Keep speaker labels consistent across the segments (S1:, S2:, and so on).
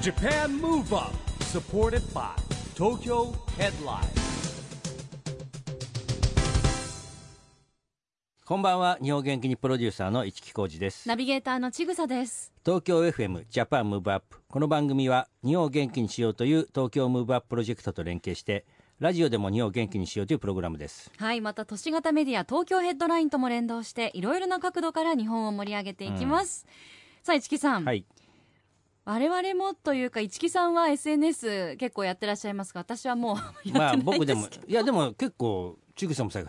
S1: JAPAN MOVE UP SUPPORTED BY TOKYO HEADLINE
S2: こんばんは日本元気にプロデューサーの市木浩司です
S3: ナビゲーターのちぐさです。
S2: 東京 FM ジャパンムーブアップこの番組は日本を元気にしようという東京ムーブアッププロジェクトと連携してラジオでも日本を元気にしようというプログラムです
S3: はい、また都市型メディア東京ヘッドラインとも連動して、いろいろな角度から日本を盛り上げていきます。さあ、市木さん、
S2: はい
S3: 我々もというか、市木さんは SNS 結構やってらっしゃいますが、私はもう
S2: ま
S3: やっ
S2: あ
S3: てないん
S2: 僕で
S3: で
S2: すも
S3: けど。
S2: いやでも結構ちぐさもさ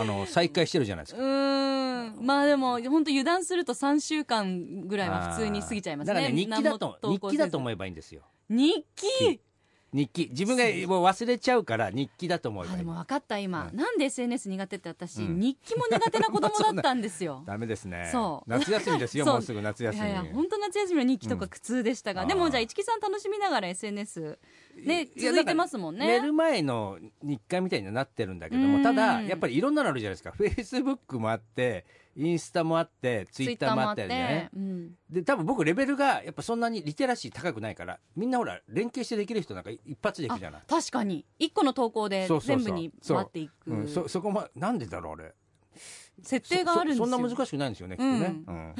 S2: あの再開してるじゃないですか
S3: うーんまあでも本当油断すると3週間ぐらいは普通に過ぎちゃいますね
S2: あーだから日記だ
S3: 何も
S2: と
S3: 投
S2: 日
S3: 稿
S2: 記だと
S3: せず
S2: 思えばいいんですよ
S3: 日記
S2: 日記自分がもう忘れちゃうから日記だと思えば
S3: あ
S2: い
S3: で
S2: い
S3: も分かった今、
S2: うん
S3: なんで SNS 苦手って私、
S2: うん
S3: 日記も苦手な子供だったん ですよ
S2: ダメですね
S3: そう
S2: 夏休みですよ
S3: そう
S2: もうすぐ夏休
S3: い
S2: み
S3: やいや本当夏休みの日記とか苦痛でしたが、
S2: うん
S3: で
S2: あー
S3: もじゃあ市木さん楽しみながら SNS ね
S2: いや
S3: 続いてますもん
S2: 寝
S3: ね
S2: る前の日課みたいになってるんだけど
S3: う
S2: も
S3: ん
S2: ただやっぱりいろんなのあるじゃないですかフェイスブックもあってインスタもあってツイッターもあってね
S3: うん
S2: で多分僕レベルがやっぱそんなにリテラシー高くないからみんなほら連携してできる人なんか一発でいくじゃない、
S3: 確かに一個の投稿で
S2: そうそうそう
S3: 全部に回っていく
S2: うん、そそこもなんでだろうあれ
S3: 設定があるんですよ
S2: そそんな難しくないんですよねきっとね、
S3: う
S2: うん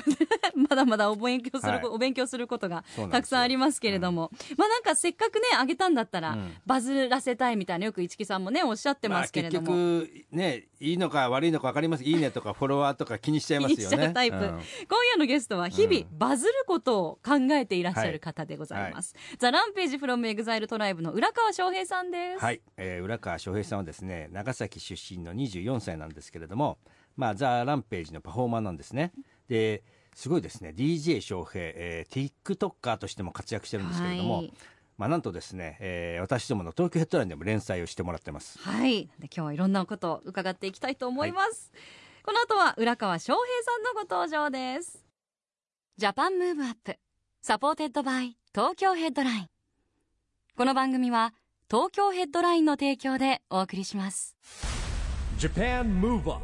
S3: まだまだお勉強するこ、
S2: はい
S3: お勉強することが
S2: そうなんですよ
S3: たくさんありますけれども、まあなんかせっかくねあげたんだったら、
S2: うん
S3: バズらせたいみたいなよく市木さんもねおっしゃってますけれども、
S2: あ、結局ねいいのか悪いのか分かりますいいねとかフォロワーとか気にしちゃいますよね
S3: 気にしちゃうタイプ
S2: ん
S3: 今夜のゲストは日々
S2: う
S3: バズることを考えていらっしゃる方でございます、ザ・ランページ・フロム・エグザイル・トライブの浦川翔平さんです、
S2: はい、えー浦川翔平さんはですね長崎出身の24歳なんですけれども、まあ、ザ・ランページのパフォーマーなんですねですごいですね DJ 翔平、えー、TikToker としても活躍してるんですけれども、
S3: はい
S2: まあ、なんとですね、えー私どもの東京ヘッドラインでも連載をしてもらってます
S3: はいで今日はいろんなことを伺っていきたいと思います、この後は浦川翔平さんのご登場ですジャパンムーブアップサポーテッドバイ東京ヘッドラインこの番組は東京ヘッドラインの提供でお送りします
S1: JAPAN MOVE UP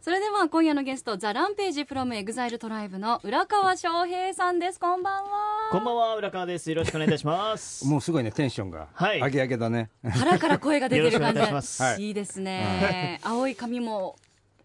S3: それでは今夜のゲストザ・ランページ・フロム・エグザイル・トライブの浦川翔平さんですこんばんは
S4: こんばんは、浦川です。よろしくお願いいたします。
S2: もうすごいねテンションが
S4: はい
S2: 上げ上げだね、
S3: 腹から声が出てる感じ
S4: よろしくお願いします
S2: はい
S3: いいですね、青い髪も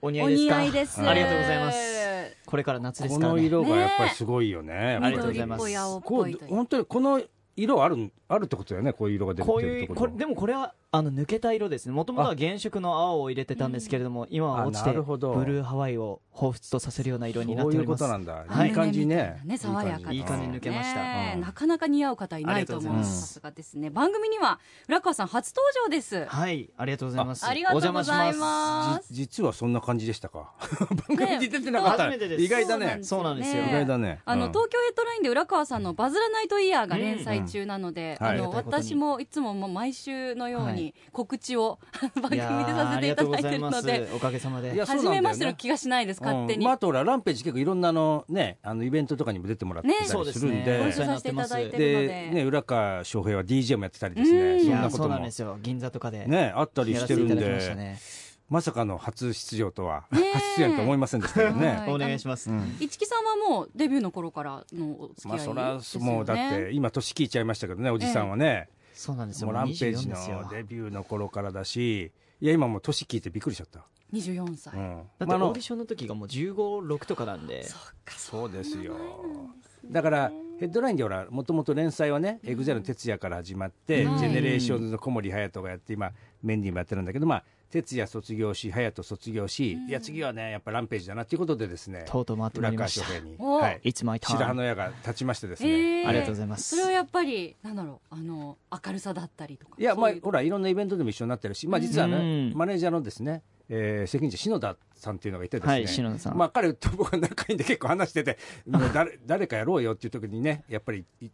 S4: お似
S3: お
S4: 合いです
S3: 似
S4: か
S3: 合いです
S4: ありがとうございます。これから夏で
S2: こ
S4: すから
S2: の
S4: ね。
S2: 色がやっぱりすごいよねやっぱ
S4: あ
S2: り
S4: りがとうご
S3: 緑
S4: ざ
S3: っ
S4: います
S3: ぽい青っ
S2: こ
S3: ぽ
S2: う
S3: いという
S2: 本当にこの色あるあるってことだよねこういう色が出て
S4: こ
S2: るっ
S4: う
S2: て
S4: い
S2: こ
S4: う、
S2: と
S4: これ、でもこれは、あの、抜けた色ですね。もともとは原色の青を入れてたんですけれども、今は落ち
S2: あ
S4: て、
S2: なる
S4: ブ
S2: ほど
S4: ルーハワイを彷彿とさせるような色になっ
S2: そう
S4: て
S2: い
S4: お
S2: う
S4: り
S2: こ
S4: ます。
S2: となんだ、
S4: はい
S2: いい感じね
S3: ね爽やかです
S4: いい感じに抜けました
S3: ね
S2: うん
S3: なかなか似合う方いないと思
S4: あ
S3: う
S4: りがとうござい
S3: さ
S4: ます
S3: すがですね番組には浦川さん初登場です
S4: はい、ありがとうございます。
S3: ありがとうござい
S4: お邪魔し
S3: ます
S2: じ実はそんな感じでしたか番組に出てなかった、
S4: ね初めてです
S2: 意外だね
S4: すそうなんですよ
S2: 意外だね
S3: あの、
S2: うん
S3: 東京ヘッドラインで浦川さんの「バズらないとイヤー」が連載中なので、
S2: うんうん
S3: あ
S2: は
S3: の
S4: いありがたいことに
S3: 私もいつももう毎週のよう
S4: は
S3: に
S4: い
S3: 告知を番
S4: ます
S3: 組でさせていただいてるの
S4: やーありがとうござい
S3: で
S4: ます。おかげさまで。
S2: いやそうなんだ
S3: 初
S2: よね
S3: めましての気がしないです勝手
S2: うん
S3: に、
S2: まあ、あとほらランページ結構いろんなあのねあのイベントとかにも出てもらって
S3: ね
S2: た
S4: そう
S2: り
S4: ですす
S2: るん
S4: ね。
S2: で、
S3: ご一緒させていただいてるので
S2: でね浦川翔平は DJ もやってたりですね
S3: うん
S2: そ
S4: い
S2: ん
S4: や
S2: な
S4: ー
S2: こ
S4: そう
S2: と
S4: な
S2: も
S4: んですよ。銀座とかで。
S2: ねあったり
S4: や
S2: し
S4: ら
S2: て
S4: せ
S2: る
S4: ていた
S2: ん
S4: だきまし
S2: で
S4: たね。
S2: まさかの初出場とは、
S3: ねえ
S2: 初出演とは思いませんでしたけど
S3: は
S2: ね。
S3: い
S4: お願いします。
S3: 市木さんはもうデビューの頃からのお付き
S2: まあ
S3: 合いで
S2: そ
S3: すよ、
S2: り
S3: ね
S2: ゃもうだって今年聞いちゃいましたけどねおじさんはね、
S4: そうなんですよ。
S2: もうランページ
S4: もう24ですよ
S2: のデビューの頃からだしいや今もう年聞いてびっくりしちゃった。
S3: 24歳、
S2: うん
S4: だって
S2: まああの
S4: オーディションの時がもう15、6とかなんで。
S2: そうですよ。だからヘッドラインでほらもともと連載はね、エグゼルの哲也から始まって、
S3: はい
S2: ジェネレーションズの小森隼人がやって今メンディーもやってるんだけどまあ哲也卒業し隼人卒業し、いや次はねやっぱランページだなっていうことでですね
S4: とうとう回ってまいりました
S2: 浦川翔平に、
S3: お
S2: はい、
S4: It's my turn
S2: 白羽の矢が立ちましてですね、
S3: えー
S4: ありがとうございます
S3: それはやっぱりなんだろうあの明るさだったりとか
S2: いや
S3: そう
S2: まあ
S3: う
S2: ほらいろんなイベントでも一緒になってるし、まあ、実はね
S4: うん
S2: マネージャーのですね、えー責任者篠田さんっていうのがいてですね、
S4: はい篠田さん
S2: まあ、彼と僕は仲いいんで結構話してても う誰誰かやろうよっていう時にねやっぱりい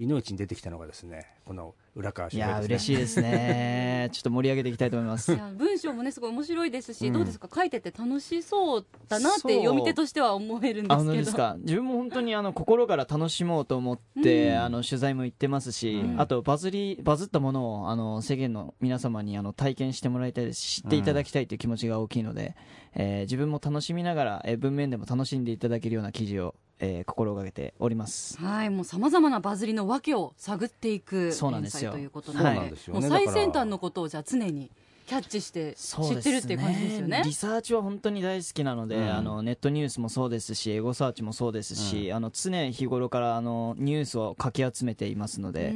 S2: 命に出てきたのがですねこの浦川
S4: い
S2: 翔
S4: や
S2: 平
S4: ー
S2: です
S4: 嬉し
S2: ね。
S4: いです ね。ちょっと盛り上げていきたいと思います
S3: い。や文章もねすごい面白いですし、どうですか書いてて楽しそうだなって読み手としては思えるんで
S4: あ
S3: す
S4: の
S3: け
S4: です
S3: ど
S4: か自分も本当にあの心から楽しもうと思って、あの取材も行ってますし、あとバズりバズったものをあの世間の皆様にあの体験してもらいたいですし知っていただきたいという気持ちが大きいので、えー自分も楽しみながら、えー文面でも楽しんでいただけるような記事をえー心がけております。
S3: はい、もうさまざまなバズりの訳を探っていく
S4: そうなん
S3: 連
S4: です
S3: 載
S4: よ
S3: ということなので、
S4: そうなん
S2: ですよ
S3: も
S2: ね
S3: う
S2: だから
S3: 最先端のことをじゃあ常にキャッチして知ってるっていう感じですよね。
S4: リサーチは本当に大好きなので、
S2: うん
S4: あのネットニュースもそうですしエゴサーチもそうですし、あの常日頃からあのニュースをかき集めていますので、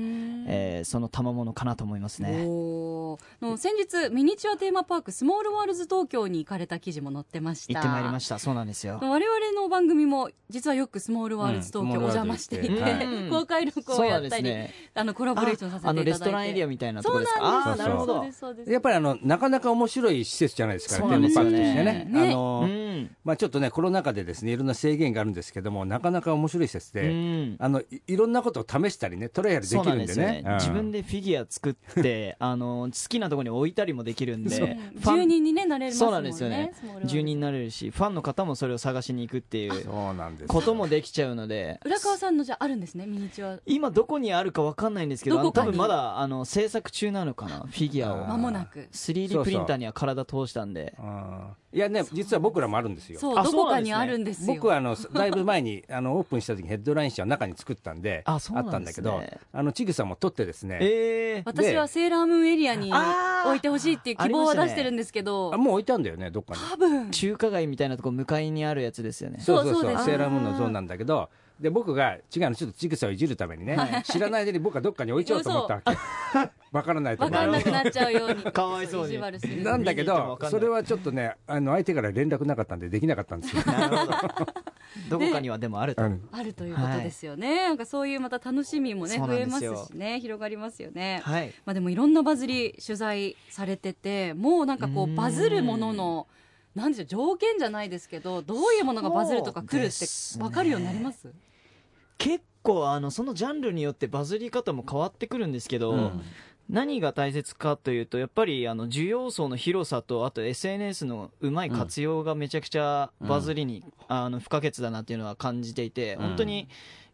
S4: えーその賜物かなと思いますね。
S3: おーの先日ミニチュアテーマパークスモールワールズ東京に行かれた記事も載ってました
S4: 行ってまいりま
S3: し
S4: したそうなんですよ。
S3: 我々の番組も実はよくスモールワールズ東京
S2: う
S3: お
S2: ん
S3: 邪魔していて、
S2: スモールワ
S4: ールズ行ってはい
S3: 公開録
S4: そ
S3: を
S4: う
S3: や
S4: な
S3: っ
S4: んで
S3: た
S4: す
S3: り、
S4: ね。
S3: あのコラボレーションさせていただいて
S4: あのレストランエリアみたいなところですか。
S3: そう
S4: あ
S3: な
S4: あ
S3: ん
S4: ー
S3: です
S4: なる
S3: そう
S4: ほど
S3: で。すそうです
S2: やっぱりあのなかなか面白い施設じゃないですから
S4: そうなんですよね
S2: テーマパークとしてねあ
S3: ね
S2: の
S4: う
S2: ー
S4: ん。
S2: まあ、ちょっとねコロナ禍でですねいろんな制限があるんですけどもなかなか面白い施設
S4: う
S2: で、
S4: ん。
S2: あのいいろんなことを試したりねトライアルで
S4: そう
S2: き
S4: な
S2: る
S4: ん
S2: ん
S4: で
S2: です
S4: よ
S2: ね
S4: ね。自分
S2: で
S4: でフィギュア 作って、あの、好きなところに置いたりもできるんで、
S3: うん
S4: ファン
S3: 住人にねなれます
S4: そう
S3: も
S4: なんん
S3: ね
S4: ですよね
S3: スモールワールズ
S4: 住人になれるし、ファンの方もそれを探しに行くっていう
S2: そうなんですよ
S4: こともできちゃうので、
S3: 浦川さんのじゃああるんですねミニチュア
S4: 今どこにあるかわかんないんですけど、
S3: ど
S4: あ
S3: こ
S4: の
S3: か
S4: 多
S3: に
S4: 分まだあの制作中なのかな、フィギュ
S2: あ
S4: ア
S3: 間
S4: を。
S3: もなく
S4: 3D プリンターには体通したんで、
S2: あーいやね実は僕らもあるんですよ
S3: そう
S4: あ
S3: ど
S4: そ
S3: こ
S4: う
S3: か
S4: なんです
S3: に
S4: ね
S3: あるんですよ
S2: 僕はあのだいぶ前にあのオープンした時にヘッドライン社の中に作ったんであ
S4: あそう
S2: っ
S4: な
S2: た
S4: ん
S2: ん
S4: で
S2: だ
S4: す
S2: け
S4: ね
S2: どあのちぐさも取ってですね
S4: えー、
S3: 私はセーラームーンエリアに
S4: あー
S3: 置いてほしいっていう希望は
S4: ありま
S3: 出
S4: したね
S3: してるんですけど、
S2: あもう置いたんだよねどっかに
S3: 多分
S4: 中華街みたいなとこ向かいにあるやつですよね。
S2: そうそう
S3: そう
S2: そ
S3: で
S2: う
S3: す
S2: セーラームーンのゾーンなんだけどで僕が違うのちょっとちぐさをいじるためにね 知らない間に僕はどっかに置いちゃおうと思ったわけ わからないと思
S3: 分かんなくなっちゃうように
S4: かわいそうに
S3: 意地悪する
S2: なんだけ
S4: 見に行っても
S2: ど
S4: わかんない
S2: それはちょっとねあの相手から連絡なかったんでできなかったんですよ
S4: なるほど。どこかにはでもあると。
S2: うん
S3: あるということですよね、なんかそういうまた楽しみもね
S4: そ
S3: 増
S4: うなん
S3: え
S4: で
S3: ますす
S4: よ
S3: しね広がりますよね、
S4: はい。
S3: まあでもいろんなバズり取材されててもうなんかこ
S4: う
S3: うんバズるもののなんでしょう条件じゃないですけどどういうものがバズるとか来るっ
S4: そう
S3: て
S4: ですね
S3: 分かるようになります
S4: 結構あのそのジャンルによってバズり方も変わってくるんですけど、
S2: うん
S4: 何が大切かというとやっぱりあの需要層の広さとあと SNS のうまい活用がめちゃくちゃバズりに、あの不可欠だなっていうのは感じていて、本当に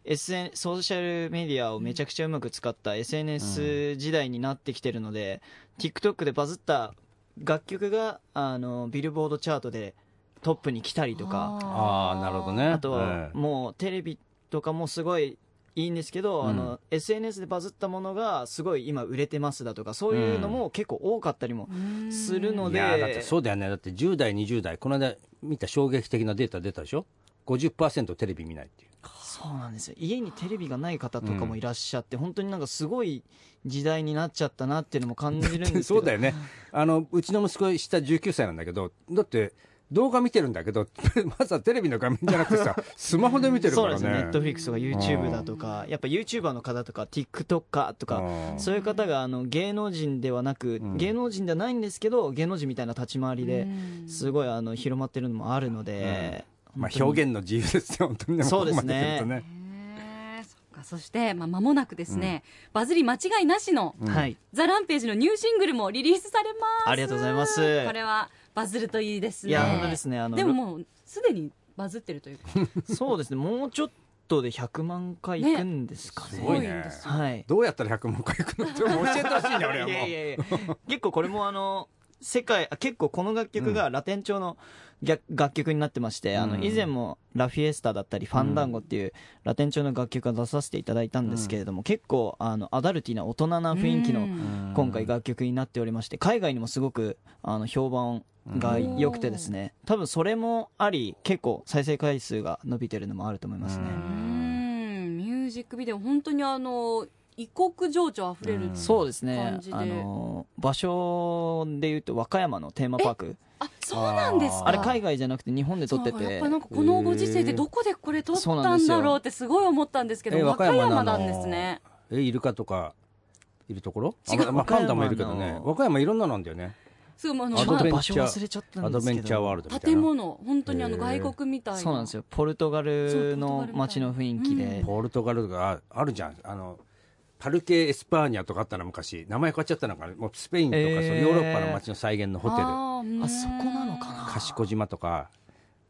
S4: SN ソーシャルメディアをめちゃくちゃうまく使った SNS 時代になってきてるので、TikTok でバズった楽曲があのビルボードチャートでトップに来たりとか。
S2: ああなるほどね
S4: あとは
S2: うん
S4: もうテレビとかもすごいいいんですけど、あ
S2: うん
S4: の SNS でバズったものがすごい今売れてますだとかそういうのも結構多かったりもするの
S2: い
S4: で、
S2: やーだってそうだよねだって10代20代この間見た衝撃的なデータ出たでしょ50%テレビ見ないっていう
S4: そうなんですよ家にテレビがない方とかもいらっしゃって、本当になんかすごい時代になっちゃったなっていうのも感じるんですけ ど
S2: そうだよねあのうちの息子下19歳なんだけどだって動画見てるんだけど まずはテレビの画面じゃなくて さスマホで見てる
S4: そ
S2: か
S4: うな
S2: ら
S4: んですよネットフ
S2: ね
S4: リックスとか YouTube だとか、やっぱ YouTuber の方とか TikToker とか、
S2: うん
S4: そういう方があの芸能人ではなく、
S2: ん
S4: 芸能人ではないんですけど芸能人みたいな立ち回りで
S3: うん
S4: すごいあの広まってるのもあるので、
S2: まあ表現の自由ですよ本当にね
S4: そうですね
S2: ここまで来るとね
S3: ねえそっかそして、まあ、間もなくですね、バズり間違いなしの、
S4: はい
S3: ザ・ランページのニューシングルもリリースされます
S4: ありがとうございます
S3: これはバズるといいですね
S4: いや本当ですねあの
S3: でももうすでにバズってるというか
S4: そうですねもうちょっとで100万回いくんですかね
S2: すごいね
S3: んですよ
S4: はい
S2: どうやったら100万回いくのちょっと教えてほ しいんだよ俺はもう
S4: いやいやいや結構これもあの世界あ結構この楽曲がラテン調の逆楽曲になってまして、あ
S2: う
S4: の
S2: ん
S4: 以前も「ラフィエスタ」だったり「ファンダンゴ」っていうラテン調の楽曲が出させていただいたんですけれども、結構あのアダルティな大人な雰囲気
S3: う
S4: の
S3: ん
S4: 今回楽曲になっておりまして海外にもすごくあの評判が良くてですね多分それもあり結構再生回数が伸びてるのもあると思いますね
S3: うんミュージックビデオ本当にあの異国情緒あふれる、
S4: そうですね
S3: 感じで
S4: あの場所でいうと和歌山のテーマパーク
S3: あそうなんですか
S4: あれ海外じゃなくて日本で撮って
S3: そうやってぱなんかこのご時世でどこでこれ撮っ
S4: そう
S3: た
S4: なんで
S3: ん
S4: すよ
S3: だろうってすごい思ったんですけど、
S2: え
S3: 和歌山
S2: の
S3: なんですね
S2: えイルカとかいるところ
S3: 違う
S2: あまあパンダもいるけど
S4: 和歌
S2: ね
S4: 山の
S2: 和歌山いろんなのなんだよね
S3: すごいあの
S2: ア
S4: ちょ
S2: ド
S4: っ
S2: ベ
S4: と
S2: ン
S4: 場
S2: チ
S4: 所
S2: ャー
S4: 忘れちゃった
S2: ア
S4: んで
S2: ド
S4: す
S2: ベ
S4: け
S2: ンチャーワー
S4: ど
S2: ルドみたいな
S3: 建物本当にあの外国みたいな
S4: そうなんですよポルトガル
S3: そうポルトガルみ
S4: の
S3: たい
S4: 街の雰囲気で
S2: ポルトガルがああるじゃんあのパルケ・エスパーニャとかあったな昔名前変わっちゃったのかなもうスペインとか、
S4: えー
S2: そのヨーロッパの街の再現のホテル
S3: あーうん
S4: あそこなのかな
S2: 賢島とか、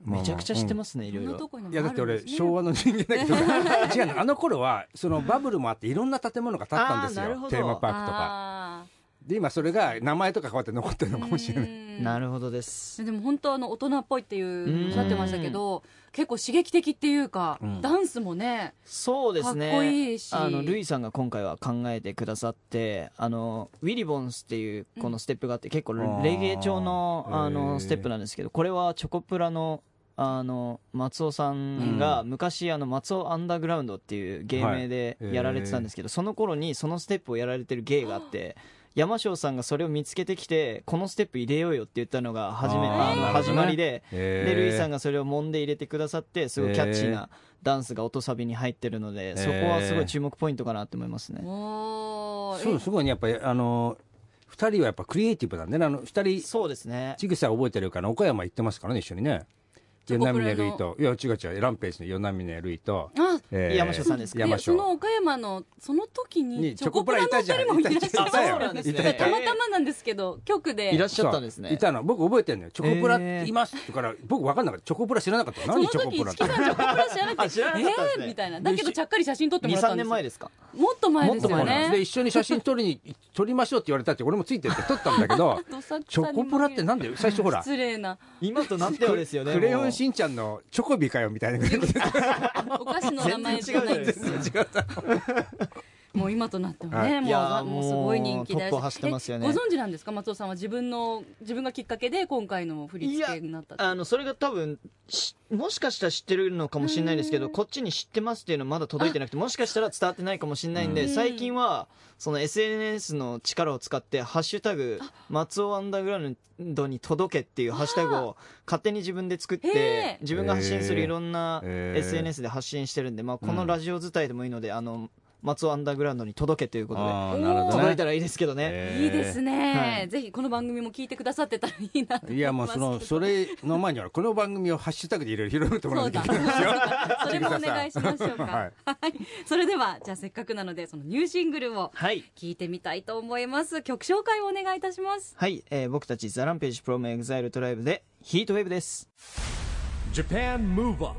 S4: めちゃくちゃ知ってますすねい
S3: いろ
S4: ろ
S3: んな
S4: い
S3: と
S4: ろ
S3: こ
S2: う
S3: にも
S2: んいやだって
S3: あ
S2: 俺
S3: るんですね
S2: 昭和の人間だけど違 うのあの頃はそのバブルもあっていろんな建物が建ったんです
S4: あーなる
S2: よ
S4: ほど
S2: テーマパークとか
S3: あー
S2: で今それが名前とか変わって残ってるのかもしれない、
S4: なるほどです。
S3: でも本当あの大人っぽいっていうおっしゃってましたけど結構刺激的っていうか、
S2: うん
S3: ダンスもね
S4: そうですね。
S3: かっこいいし
S4: あの、ルイさんが今回は考えてくださって、あの、ウィリボンスっていうこのステップがあって、結構
S2: あー
S4: レゲエ調の、
S2: へー
S4: あの、ステップなんですけど、これはチョコプラの、あの、松尾さんが昔、あの、松尾アンダーグラウンドっていう芸名で
S2: はい
S4: やられてたんですけど、その頃にそのステップをやられてる芸があって、山椒さんがそれを見つけてきて、このステップ入れようよって言ったのが始め、
S2: あー
S4: あの
S2: なるほどね
S4: 始まりで、
S2: へー
S4: で、ルイさんがそれを揉んで入れてくださって、すごいキャッチーなダンスが音サビに入ってるので、そこはすごい注目ポイントかなって思いますね。
S3: おー
S2: そうすごいねやっぱりあの2人はやっぱクリエイティブなんでねあの2人
S4: そうですね。
S2: ちぐさ覚えてるから岡山行ってますからね一緒にね
S3: チョ
S2: ヨ
S3: コプラ
S2: ナミ
S3: の
S2: ネルイといや違う違うランページのヨナミネルイと、
S3: あ
S2: え
S4: 山椒さんですか
S2: 山
S3: でその
S2: 椒
S3: 岡山のその時に
S2: に
S3: チョコプラの
S2: チョ
S3: 二
S2: コプラいたじゃん
S3: 人もいらっしゃっ
S2: いた
S3: た
S2: じゃん
S3: そうなんです
S2: いたい
S3: た
S2: た
S3: またまなんですけど局で
S4: いらっしゃったんですね
S2: そういたの僕覚えてるのよチョコプ
S4: へ
S2: ラ
S4: ー
S2: いますってから僕分かんなかったチョコプラ知らなかった
S3: その
S2: 何チョコ
S3: 時
S2: プラ
S3: 一
S2: って
S3: 木さんチョコプラ知らなく
S4: あ
S3: て
S4: 知らなかったんです
S3: え
S4: ね
S3: ーみたいなだけどちゃっかり写真撮っても
S4: 2、
S3: らった
S4: 3
S3: んです
S4: 年
S3: よ
S4: 前ですか
S3: もっと前ですよ
S2: なんで
S3: ね
S2: 一緒に写真撮りに撮りましょうって言われたって俺もついてって撮ったんだけど
S3: どさく
S2: チ
S3: さ
S2: ョ
S3: に
S2: コ
S3: も
S2: プラってなんで最初ほら
S3: 失礼な
S4: 今となってはですよね。
S2: クレヨ
S4: もう
S2: ンしんちゃんのチョコビかよみたいな感じで
S3: お菓子の名前じゃないです
S4: 全
S2: 違った
S3: もう今となっては
S2: は
S3: ね、
S2: い
S3: も
S4: いうやー
S3: ざもうすごい人気
S4: も
S3: だし
S4: うトップ走ってますよね
S3: えご存知なんですか松尾さんは自分の自分がきっかけで今回の振り付けになったって
S4: あの、それが多分、しもしかしたら知ってるのかもしれないですけど、こっちに知ってますっていうのまだ届いてなくて、もしかしたら伝わってないかもしれないんで、
S3: うん
S4: 最近は、その SNS の力を使って、ハッシュタグ、松尾アンダーグラウンドに届けっていうハッシュタグを勝手に自分で作っ
S3: へ
S4: て
S3: ー、
S4: 自分が発信するいろんな
S2: へー
S4: SNS で発信してるんで、まあ、このラジオ自体でもいいので、あの、松尾アンダーグラウンドに届けということで、
S2: あーなるほどね
S4: 届いたらいいですけどね。
S2: えー
S3: いいですね、
S4: はい
S3: ぜひこの番組も聞いてくださってたらいいなと思
S2: いやもうそのそれの前にはこの番組をハッシュタグでいろいろ広めてもらわなきゃいけないんですよ。
S3: それもお願いしましょうか
S2: はい
S3: はい、それではじゃあせっかくなのでそのニューシングルを
S4: はい。
S3: 聞いてみたいと思います曲紹介をお願いいたします
S4: はい、えー僕たちザランページプロムエグザイルトライブで、ヒートウェーブです。
S1: Japan Move Up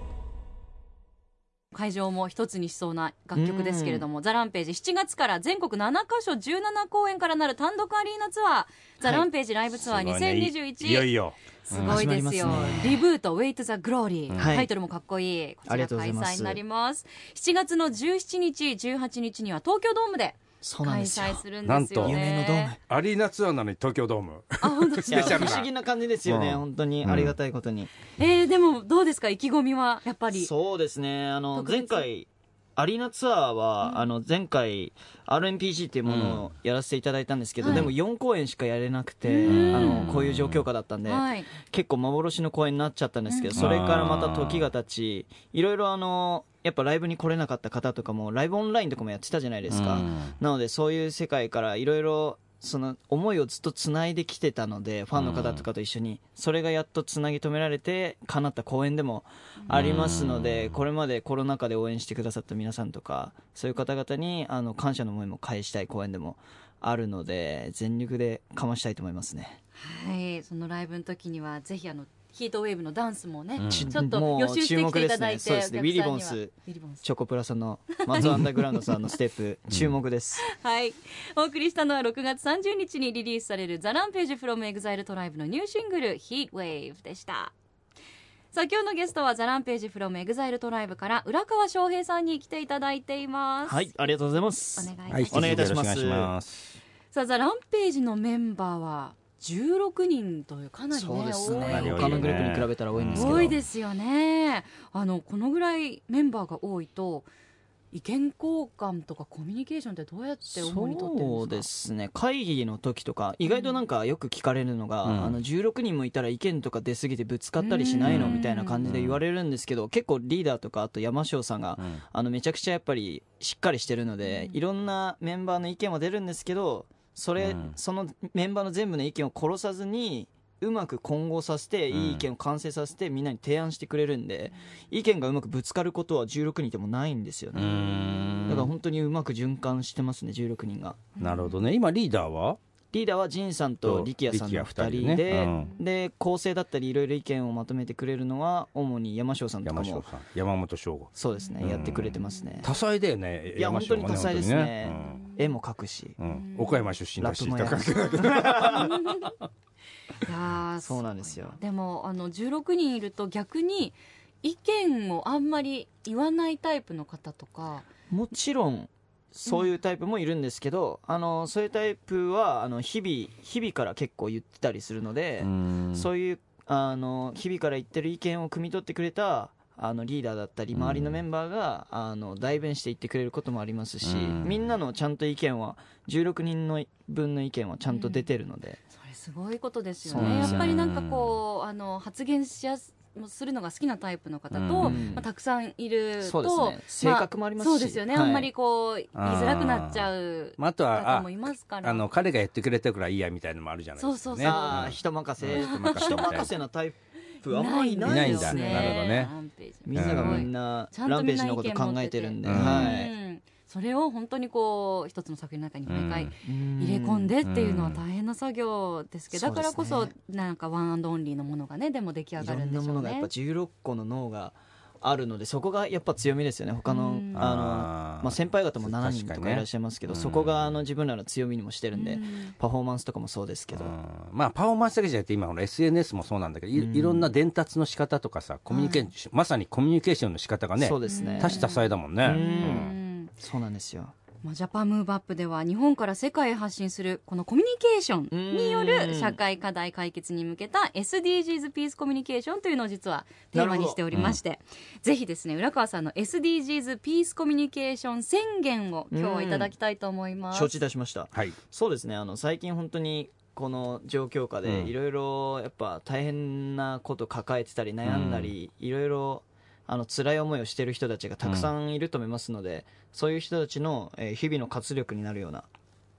S3: 会場も一つにしそうな楽曲ですけれども「ザランページ7月から全国7カ所17公演からなる単独アリーナツアー「ザランページライブツアー2021」
S2: いよいよ。
S3: すごいですよ
S4: 始まりますね
S3: リブート Wait the Glory、
S4: はい
S3: タイトルもかっこいいこち
S4: あり
S3: ら
S4: がとうござ
S3: 開
S4: います
S3: 催になります7月の17日18日には東京ドームで
S4: そうなん
S3: 開
S4: ですよ。
S3: 催するんですよね
S4: 夢のドーム。
S2: アリーナツアーなのに東京ドーム。ス
S4: いや
S2: ペシャ
S4: 不
S2: ル
S4: 思議
S2: な。
S4: な感じですよね、
S2: うん
S4: 本当に
S2: ん
S4: ありがたいことに、
S3: えー、でもどうですか意気込みはやっぱり
S4: そうですねあの
S3: 特別
S4: 前回アリーナツアーは、あの前回 RNPG っていうものをやらせていただいたんですけど、
S3: はい
S4: でも4公演しかやれなくて、あのこういう状況下だったんで、
S3: はい
S4: 結構幻の公演になっちゃったんですけど、それからまた時が経ちいろいろあのやっぱライブに来れなかった方とかもライブオンラインとかもやってたじゃないですか、なのでそういう世界からいろいろその思いをずっとつないできてたのでファンの方とかと一緒にそれがやっとつなぎ止められて叶った公演でもありますのでこれまでコロナ禍で応援してくださった皆さんとかそういう方々にあの感謝の思いも返したい公演でもあるので全力でかましたいと思いますね。
S3: はいそのライブの時にはぜひあのヒートウェーブのダンスもね、
S2: ん
S3: ちょっ
S4: も
S3: と
S4: う
S3: 予習してきていただいて、
S4: 注目ですねそうですね
S3: お客さんには
S4: ウィリボンス
S3: ウィリボンス
S4: チョコプラさんの松尾アンダーグラウンドさんのステップ注目です。
S3: はい。お送りしたのは6月30日にリリースされるザ・ランページ・フロム・エグザイル・トライブのニューシングル、Heat Wave でした。さあ、今日のゲストはザ・ランページ・フロム・エグザイル・トライブから浦川翔平さんに来ていただいています。
S4: はい。、ありがとうございま
S3: お
S4: す。
S3: 願いいたします。
S2: はい、引き続きよろくお願いします。
S3: さあ、ザ・ランページのメンバーは16人というかなりね、
S4: そうです
S3: 多い
S2: かなり
S4: ね。
S2: 多い
S4: 他のグループに比べたら多いんですけど。
S3: 多いですよね。あの、このぐらいメンバーが多いと、意見交換とかコミュニケーションってどうやって主に取ってるんですか
S4: そうですね会議の時とか意外となんかよく聞かれるのが、
S2: うん
S4: あの16人もいたら意見とか出過ぎてぶつかったりしないの
S3: うん
S4: みたいな感じで言われるんですけど結構リーダーとかあと山椒さんが、
S2: うん
S4: あのめちゃくちゃやっぱりしっかりしてるので、いろんなメンバーの意見は出るんですけどそれ、
S2: うん
S4: そのメンバーの全部の意見を殺さずにうまく混合させていい意見を完成させてみんなに提案してくれるんで、意見がうまくぶつかることは16人でもないんですよね、だから本当にうまく循環してますね16人が。
S2: なるほどね。今リーダーは
S4: リーダーはジンさんと力也さんの2人
S2: 力也
S4: で、
S2: 二人ね
S4: で構成だったりいろいろ意見をまとめてくれるのは主に山椒さんとか
S2: 山
S4: も
S2: 椒さん山本翔吾
S4: そうですね、やってくれてますね
S2: 多彩だよね
S4: いや
S2: 山
S4: 本
S2: 椒
S4: 当に
S2: も
S4: 多彩ですね
S2: 本
S4: 絵も描くし、
S2: 当にねうん岡山出身だし
S4: ラップもやる
S2: 高木
S3: いやー
S4: そうなんですよ
S3: でもあの16人いると逆に意見をあんまり言わないタイプの方とか
S4: もちろんそういうタイプもいるんですけど、あのそういうタイプはあの日々日々から結構言ってたりするので、
S2: うん
S4: そういうあの日々から言ってる意見を汲み取ってくれたあのリーダーだったり周りのメンバーが、あの代弁して言ってくれることもありますし、
S2: うん
S4: みんなのちゃんと意見は16人の分の意見はちゃんと出てるので、
S3: それすごいことですよ
S4: そうなん
S3: ね
S4: で
S3: や
S4: すよ
S3: っぱりなんかこうあの発言しやすするのが好きなタイプの方と、
S2: うん
S3: まあ、たくさんいると
S4: そうですね性格もありますし
S3: まそうですよね、
S4: はい
S3: あんまりこう言いづらくなっちゃう
S2: まああとは
S3: 方
S2: あ
S3: もいますから
S2: あの彼がやってくれたからいいやみたいのもあるじゃないですか、ね、
S3: そうそうそう
S4: ああ
S2: ん
S4: 人任せ、
S2: うん人任せみたい
S4: 人
S2: な
S4: 任せなタイプはあんまりいないですね
S2: いないんだなるほどね
S3: ランページ
S4: みんなが
S2: うん
S4: みんな
S3: ちゃん
S4: ラ
S3: と
S4: ン
S3: み
S4: ペ
S3: んな
S4: ージ
S3: 意見
S4: のこと考えてるんで、は
S3: う
S4: い、
S3: んそれを本当にこう一つの作品の中に毎回
S4: 入
S3: 入れ込んでっていうのは大変な作業ですけど、
S4: うん
S3: だからこ
S4: そ
S3: そう
S4: です
S3: なんかワンアンドオンリーのものがねでも出来上
S4: い
S3: が
S4: ろ
S3: るん
S4: ん
S3: で
S4: な
S3: しょ
S4: も
S3: う
S4: のがやっ
S3: ね。
S4: ぱ16個の脳があるのでそこがやっぱ強みですよね他の,、
S3: うん
S4: あの
S2: あー
S4: まあ、先輩方も7人
S2: 確か
S4: と
S2: に
S4: か
S2: ね
S4: いらっしゃいますけど、
S2: うん
S4: そこがあの自分らの強みにもしてるんで、
S3: うん
S4: パフォーマンスとかもそうですけど、
S2: うんまあパフォーマンスだけじゃなくて今ほら SNS もそうなんだけどい,、
S4: うん
S2: ろんな伝達の仕方とかさコミュニケーション、まさにコミュニケーションの仕方がね
S4: そうですね
S2: 多種多彩だもんね、
S4: うん
S3: うん
S4: そうなんですよ
S3: まあ、ジャパンムーブアップでは日本から世界へ発信するこのコミュニケーションによる社会課題解決に向けた SDGs ピースコミュニケーションというのを実はテーマにしておりまして、ぜひですね浦川さんの SDGs ピースコミュニケーション宣言を今日はいただきたいと思います。
S4: 承知いたしました
S2: はい
S4: そうですねあの最近本当にこの状況下で
S2: うん
S4: いろいろやっぱ大変なこと抱えてたり悩んだりいろいろあの辛い思いをしてる人たちがたくさんいると思いますので、そういう人たちのえー日々の活力になるような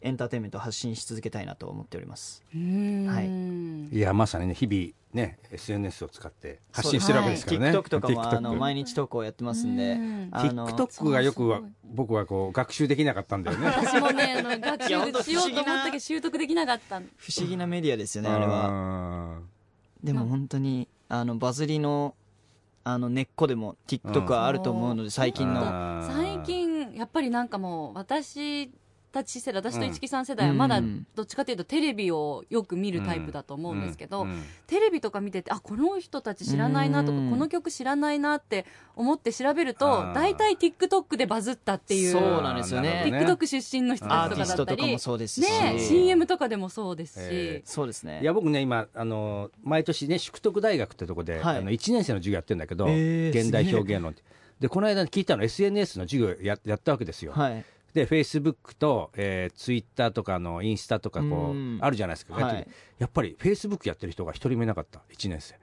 S4: エンターテインメントを発信し続けたいなと思っております
S3: うん
S4: はい
S2: いやまさにね日々ね SNS を使って発信してるわけですからね、
S4: TikTok とかもあの
S2: TikTok
S4: 毎日投稿やってますんで
S3: うん
S4: あの
S2: TikTok がよくは僕はこう学習できなかったんだよね
S3: 私もね、あの学
S4: いや
S3: 習
S4: 本当
S3: しようと思ったけど習得できなかった。
S4: 不思議なメディアです よねあれはでも本当にあのバズりのあの根っこでも TikTok はあると思うので最近の
S2: あー
S3: 最近やっぱりなんかもう私たち世代、私と一木さん世代はまだ
S4: うん
S3: どっちかというとテレビをよく見るタイプだと思うんですけど、テレビとか見ててあこの人たち知らないなとか、
S4: うん
S3: この曲知らないなって思って調べると
S2: あー
S3: 大体 TikTok でバズったっていう
S4: そうなんですよね
S2: あーなるほど
S3: TikTok 出身の人
S4: ア
S3: たちと
S4: ーティ
S3: か
S4: ス
S3: だ
S4: ト
S3: った
S4: とか
S3: り
S4: もそうですし、
S3: ねえ CM とかでもそうですし、
S2: え
S4: そうですね
S2: いや僕ね今あの毎年ね淑徳大学ってとこで、
S4: はい
S2: あの1年生の授業やってるんだけど、
S4: えー
S2: 現代表現論ってでこの間聞いたの SNS の授業ややったわけですよ、
S4: はい
S2: でフェイスブックと、えー、ツイッターとかあのインスタとかこう
S4: うん
S2: あるじゃないですか、
S4: はい
S2: やっててやっぱりフェイスブックやってる人が一人もいなかった1年生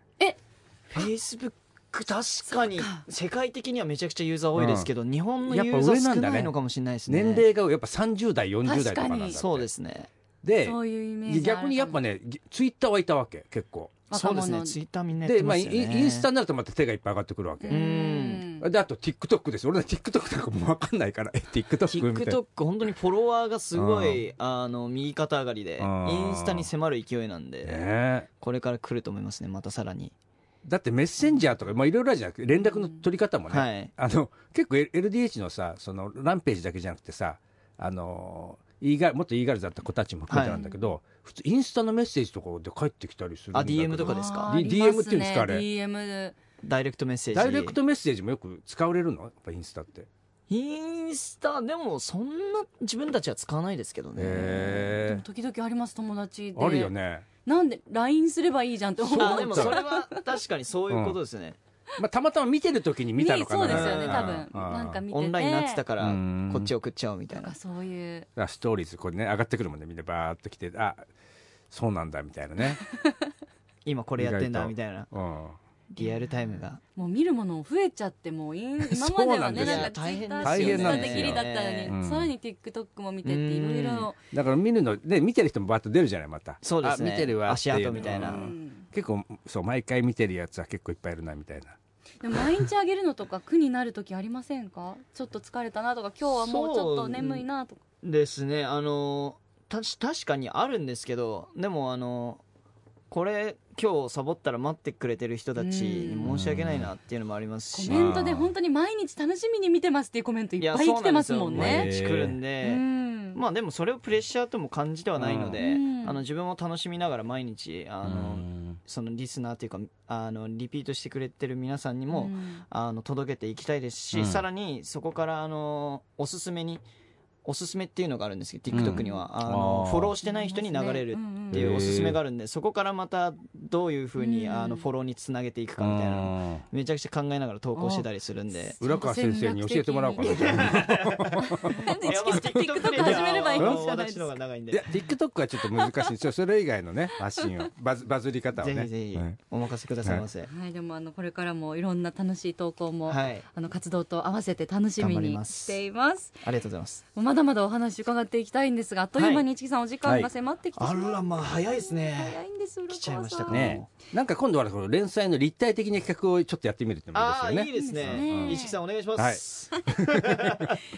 S4: フェイスブック確かに世界的にはめちゃくちゃユーザー多いですけど、日本のユ
S2: やっぱ
S4: ー
S2: 上
S4: ザ
S2: なんだね
S4: ー少ないのかもしれないですね
S2: 年齢がやっぱ30代40代とかなんだって
S4: そうですね
S2: で
S3: そういうイメージあるかも
S2: 逆にやっぱねぎツイッターはいたわけ結構
S4: そ
S3: 若
S4: うで
S3: 者
S4: すねツイッターみんなやっ
S2: で
S4: て
S2: ま
S4: ま
S2: あ
S4: す
S2: イ
S4: よ
S2: ン
S4: ね、
S2: インスタになるとまた手がいっぱい上がってくるわけ、
S4: うん
S2: であと TikTok です俺は TikTok なんかもう分かんないからえ TikTok みたいな
S4: TikTok 本当にフォロワーがすごい、あの右肩上がりで、
S2: うん
S4: インスタに迫る勢いなんで、
S2: ねえ
S4: これから来ると思いますねまたさらに
S2: だってメッセンジャーとかまあいろいろあるじゃなくて連絡の取り方もね、
S4: はい
S2: あの結構 L- LDH のさそのランページだけじゃなくてさあのイーガもっとイーガールズだった子たちも含めてなんだけど、普通インスタのメッセージとかで返ってきたりするんだけど
S4: あ DM とかですか
S3: あー
S2: D-
S3: ありま
S2: DM
S3: す
S2: っていうんですかあれ
S3: ね DM
S4: ダイレクトメッセージ
S2: ダイレクトメッセージもよく使われるのやっぱインスタって
S4: インスタでもそんな自分たちは使わないですけどね、
S3: で
S2: へ
S3: も時々あります友達で
S2: えあるよね、
S3: なんで LINE すればいいじゃんって思う
S4: あでもそれは確かにそういうことですよね、
S2: まあ、たまたま見てる時に見たのかな
S3: そうですよね
S2: ん
S3: 多分
S2: うん
S3: なんか見てて
S4: オンラインになってたから
S2: うん
S4: こっち送っちゃおうみたい
S3: なん
S4: な
S3: かそういう
S2: あストーリーズこれね上がってくるもんねみんなバーっと来てあそうなんだみたいなね、
S4: 今これやって
S2: 意外
S4: んだ
S2: と
S4: みたいな
S2: うん、
S4: リアルタイムが
S3: もう見るもの増えちゃってもうイ ン今までは
S2: そうなんで
S3: ね
S2: すよ
S3: なんかツイッター
S2: 大変なんですよ
S3: ギリだったのに、
S2: うん
S3: さらに TikTok も見てっていろいろ
S2: だから見るので見てる人もバーッと出るじゃないまた
S4: そうですね
S2: あ見てるわっていう
S4: 足跡みたいな
S2: うん結構そう毎回見てるやつは結構いっぱいいるなみたいな
S3: でも毎日あげるのとか苦になる時ありませんかちょっと疲れたなとか今日はもうちょっと眠いなとか
S4: ですねあのたし確かにあるんですけどでもあのこれ今日サボったら待ってくれてる人たちに申し訳ないなっていうのもありますし
S3: コメントで本当に毎日楽しみに見てますっていうコメントい
S4: い
S3: っ
S4: や
S3: ぱい
S4: そ
S3: 来
S4: うな
S3: て
S4: んで
S3: ます
S4: すよ
S3: もん
S4: 毎
S3: ね。
S4: 日来るん
S3: う
S4: で、
S3: ん
S4: まあでもそれをプレッシャーとも感じてはないので、
S3: うん
S4: あの自分も楽しみながら毎日あ
S2: う
S4: の、
S2: ん
S4: そのリスナーというかあのリピートしてくれてる皆さんにも、
S3: うん
S4: あの届けていきたいですし、
S2: うん
S4: さらにそこからあのおすすめにおすすめっていうのがあるんですけど TikTok には、あの
S2: あー
S4: フォローしてない人に流れるっ
S2: う
S4: て
S2: ん
S4: い
S2: うん
S4: うおすすめがあるんでそこからまたどういうふうに、
S3: うん
S4: あのフォローにつなげていくかみたいなのをめちゃくちゃ考えながら投稿してたりするんで。
S2: 浦川先生に教えてもらおうかな。
S3: で TikTok で始めればいいかもしれないで
S4: 私の方が長いん
S2: いや
S4: で
S2: TikTok はちょっと難しいんですよそれ以外のね発信をバズバズり方を
S4: ぜ
S2: ね
S4: ひぜひ
S2: はい
S4: お任せくださいませ、
S3: はい、でもあのこれからもいろんな楽しい投稿も、
S4: はい
S3: あの活動と合わせて楽しみ
S4: 頑張り
S3: に
S4: ます
S3: しています。
S4: ありがとうございます
S3: まだまだお話伺っていきたいんですが、あっという間に一木さんお時間が迫ってきてしまいました
S4: まあ早いです
S3: 早いんです浦川さん
S4: 来ちゃいましたか
S2: ねなんか今度はこの連載の立体的な企画をちょっとやってみるってのも
S4: ああ
S2: いい
S4: ー
S2: です
S4: いい
S2: よね
S4: です
S3: うん
S4: ね石木さんお願いします、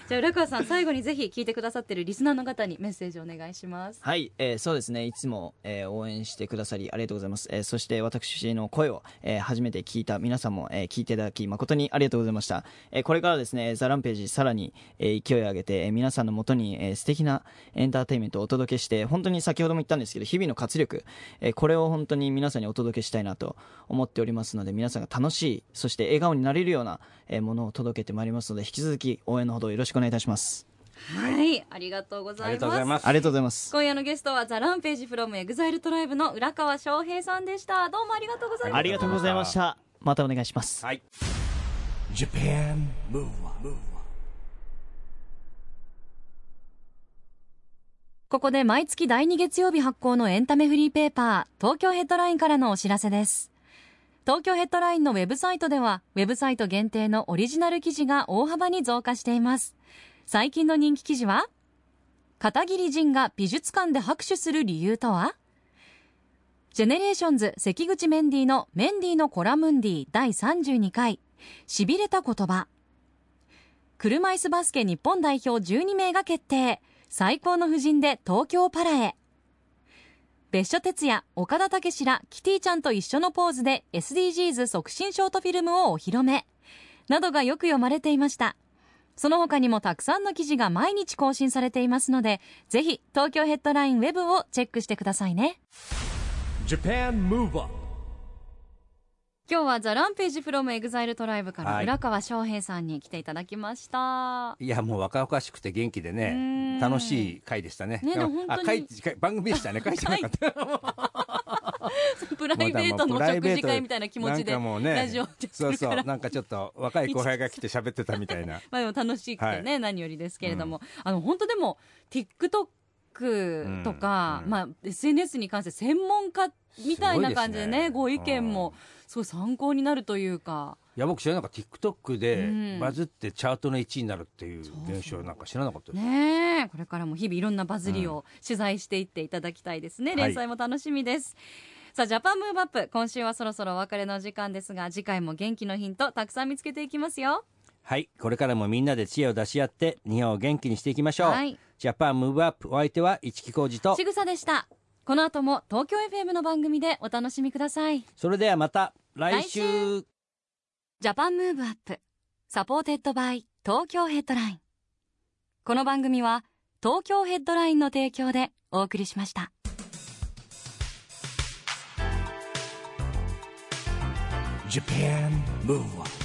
S3: じゃあ浦川さん最後にぜひ聞いてくださってるリスナーの方にメッセージお願いします
S4: はい、えーそうですね。いつも、えー応援してくださりありがとうございます。えーそして私の声を、えー初めて聞いた皆さんも、えー聞いていただき誠にありがとうございました。えーこれからですね、ザランページさらに、えー勢いを上げて、えー皆さんのもとに、えー素敵なエンターテインメントをお届けして、本当に先ほども言ったんですけど、日々の活力、えーこれを本当に皆さんにお届けしたいなと思っておりますので、皆さんが楽しい、そして笑顔になれるような、えーものを届けてまいりますので、引き続き応援のほどよろしくお願いいたします。
S3: はいありがとうご
S2: あ
S3: ざ
S2: り
S3: い
S2: がとうござい
S3: ま
S2: ますす
S4: ありがとうございます。
S3: 今夜のゲストはザ・ランページフロムエグザイルトライブの浦川翔平さんでしたどうもありがとうございま
S4: あ
S3: し
S4: り
S3: た
S4: がとうございました。またお願いします。
S2: はい
S1: Japan Move Up
S5: ここで毎月第2月曜日発行のエンタメフリーペーパー、東京ヘッドラインからのお知らせです。東京ヘッドラインのウェブサイトでは、ウェブサイト限定のオリジナル記事が大幅に増加しています。最近の人気記事は、片桐仁が美術館で拍手する理由とはジェネレーションズ関口メンディーのメンディーのコラムンディ第32回、痺れた言葉。車椅子バスケ日本代表12名が決定。最高の布陣で東京パラへ。別所哲也、岡田武史らキティちゃんと一緒のポーズで SDGs 促進ショートフィルムをお披露目。などがよく読まれていました。その他にもたくさんの記事が毎日更新されていますので、ぜひ東京ヘッドラインウェブをチェックしてくださいね。
S1: Japan Move Up
S3: 今日はザ・ランページフロムエグザイルトライブから
S2: はい
S3: 浦川翔平さんに来ていただきました、
S2: いやもう若々しくて元気でね楽しい回でしたね
S3: ね
S2: でも
S3: でも本当に
S2: あ回回番組でした ね回じゃなかった
S3: プライベートの食事会みたいな気持ちで
S2: なんかもうね
S3: ラジオで
S2: そう
S3: する
S2: そ
S3: か
S2: う
S3: ら
S2: なんかちょっと若い後輩が来て喋ってたみ たいな
S3: まあでも楽しくてね、
S2: は
S3: 何よりですけれども、あの本当でも TikTok と
S2: う
S3: か、
S2: んうん
S3: まあ SNS に関して専門家みたいな感じでね
S2: すごいですね
S3: ご意見もすごい参考になるというか、
S2: いや僕知らなかった TikTok
S3: う
S2: で
S3: ん
S2: バズってチャートの1位になるっていう現象なんか知らなかったです
S3: ねえこれからも日々いろんなバズりを取材していっていただきたいですね、
S2: はい
S3: 連載も楽しみです、さあジャパンムーブアップ今週はそろそろお別れのお時間ですが次回も元気のヒントたくさん見つけていきますよ
S2: はいこれからもみんなで知恵を出し合って日本を元気にしていきましょう、
S3: はい
S2: ジャパンムーブアップお相手は市木浩二と
S3: ちぐさでしたこの後も東京 FM の番組でお楽しみください
S2: それではまた来週
S3: 来
S5: ジャパンムーブアップサポーテッドバイ東京ヘッドラインこの番組は東京ヘッドラインの提供でお送りしました。
S1: Japan Move Up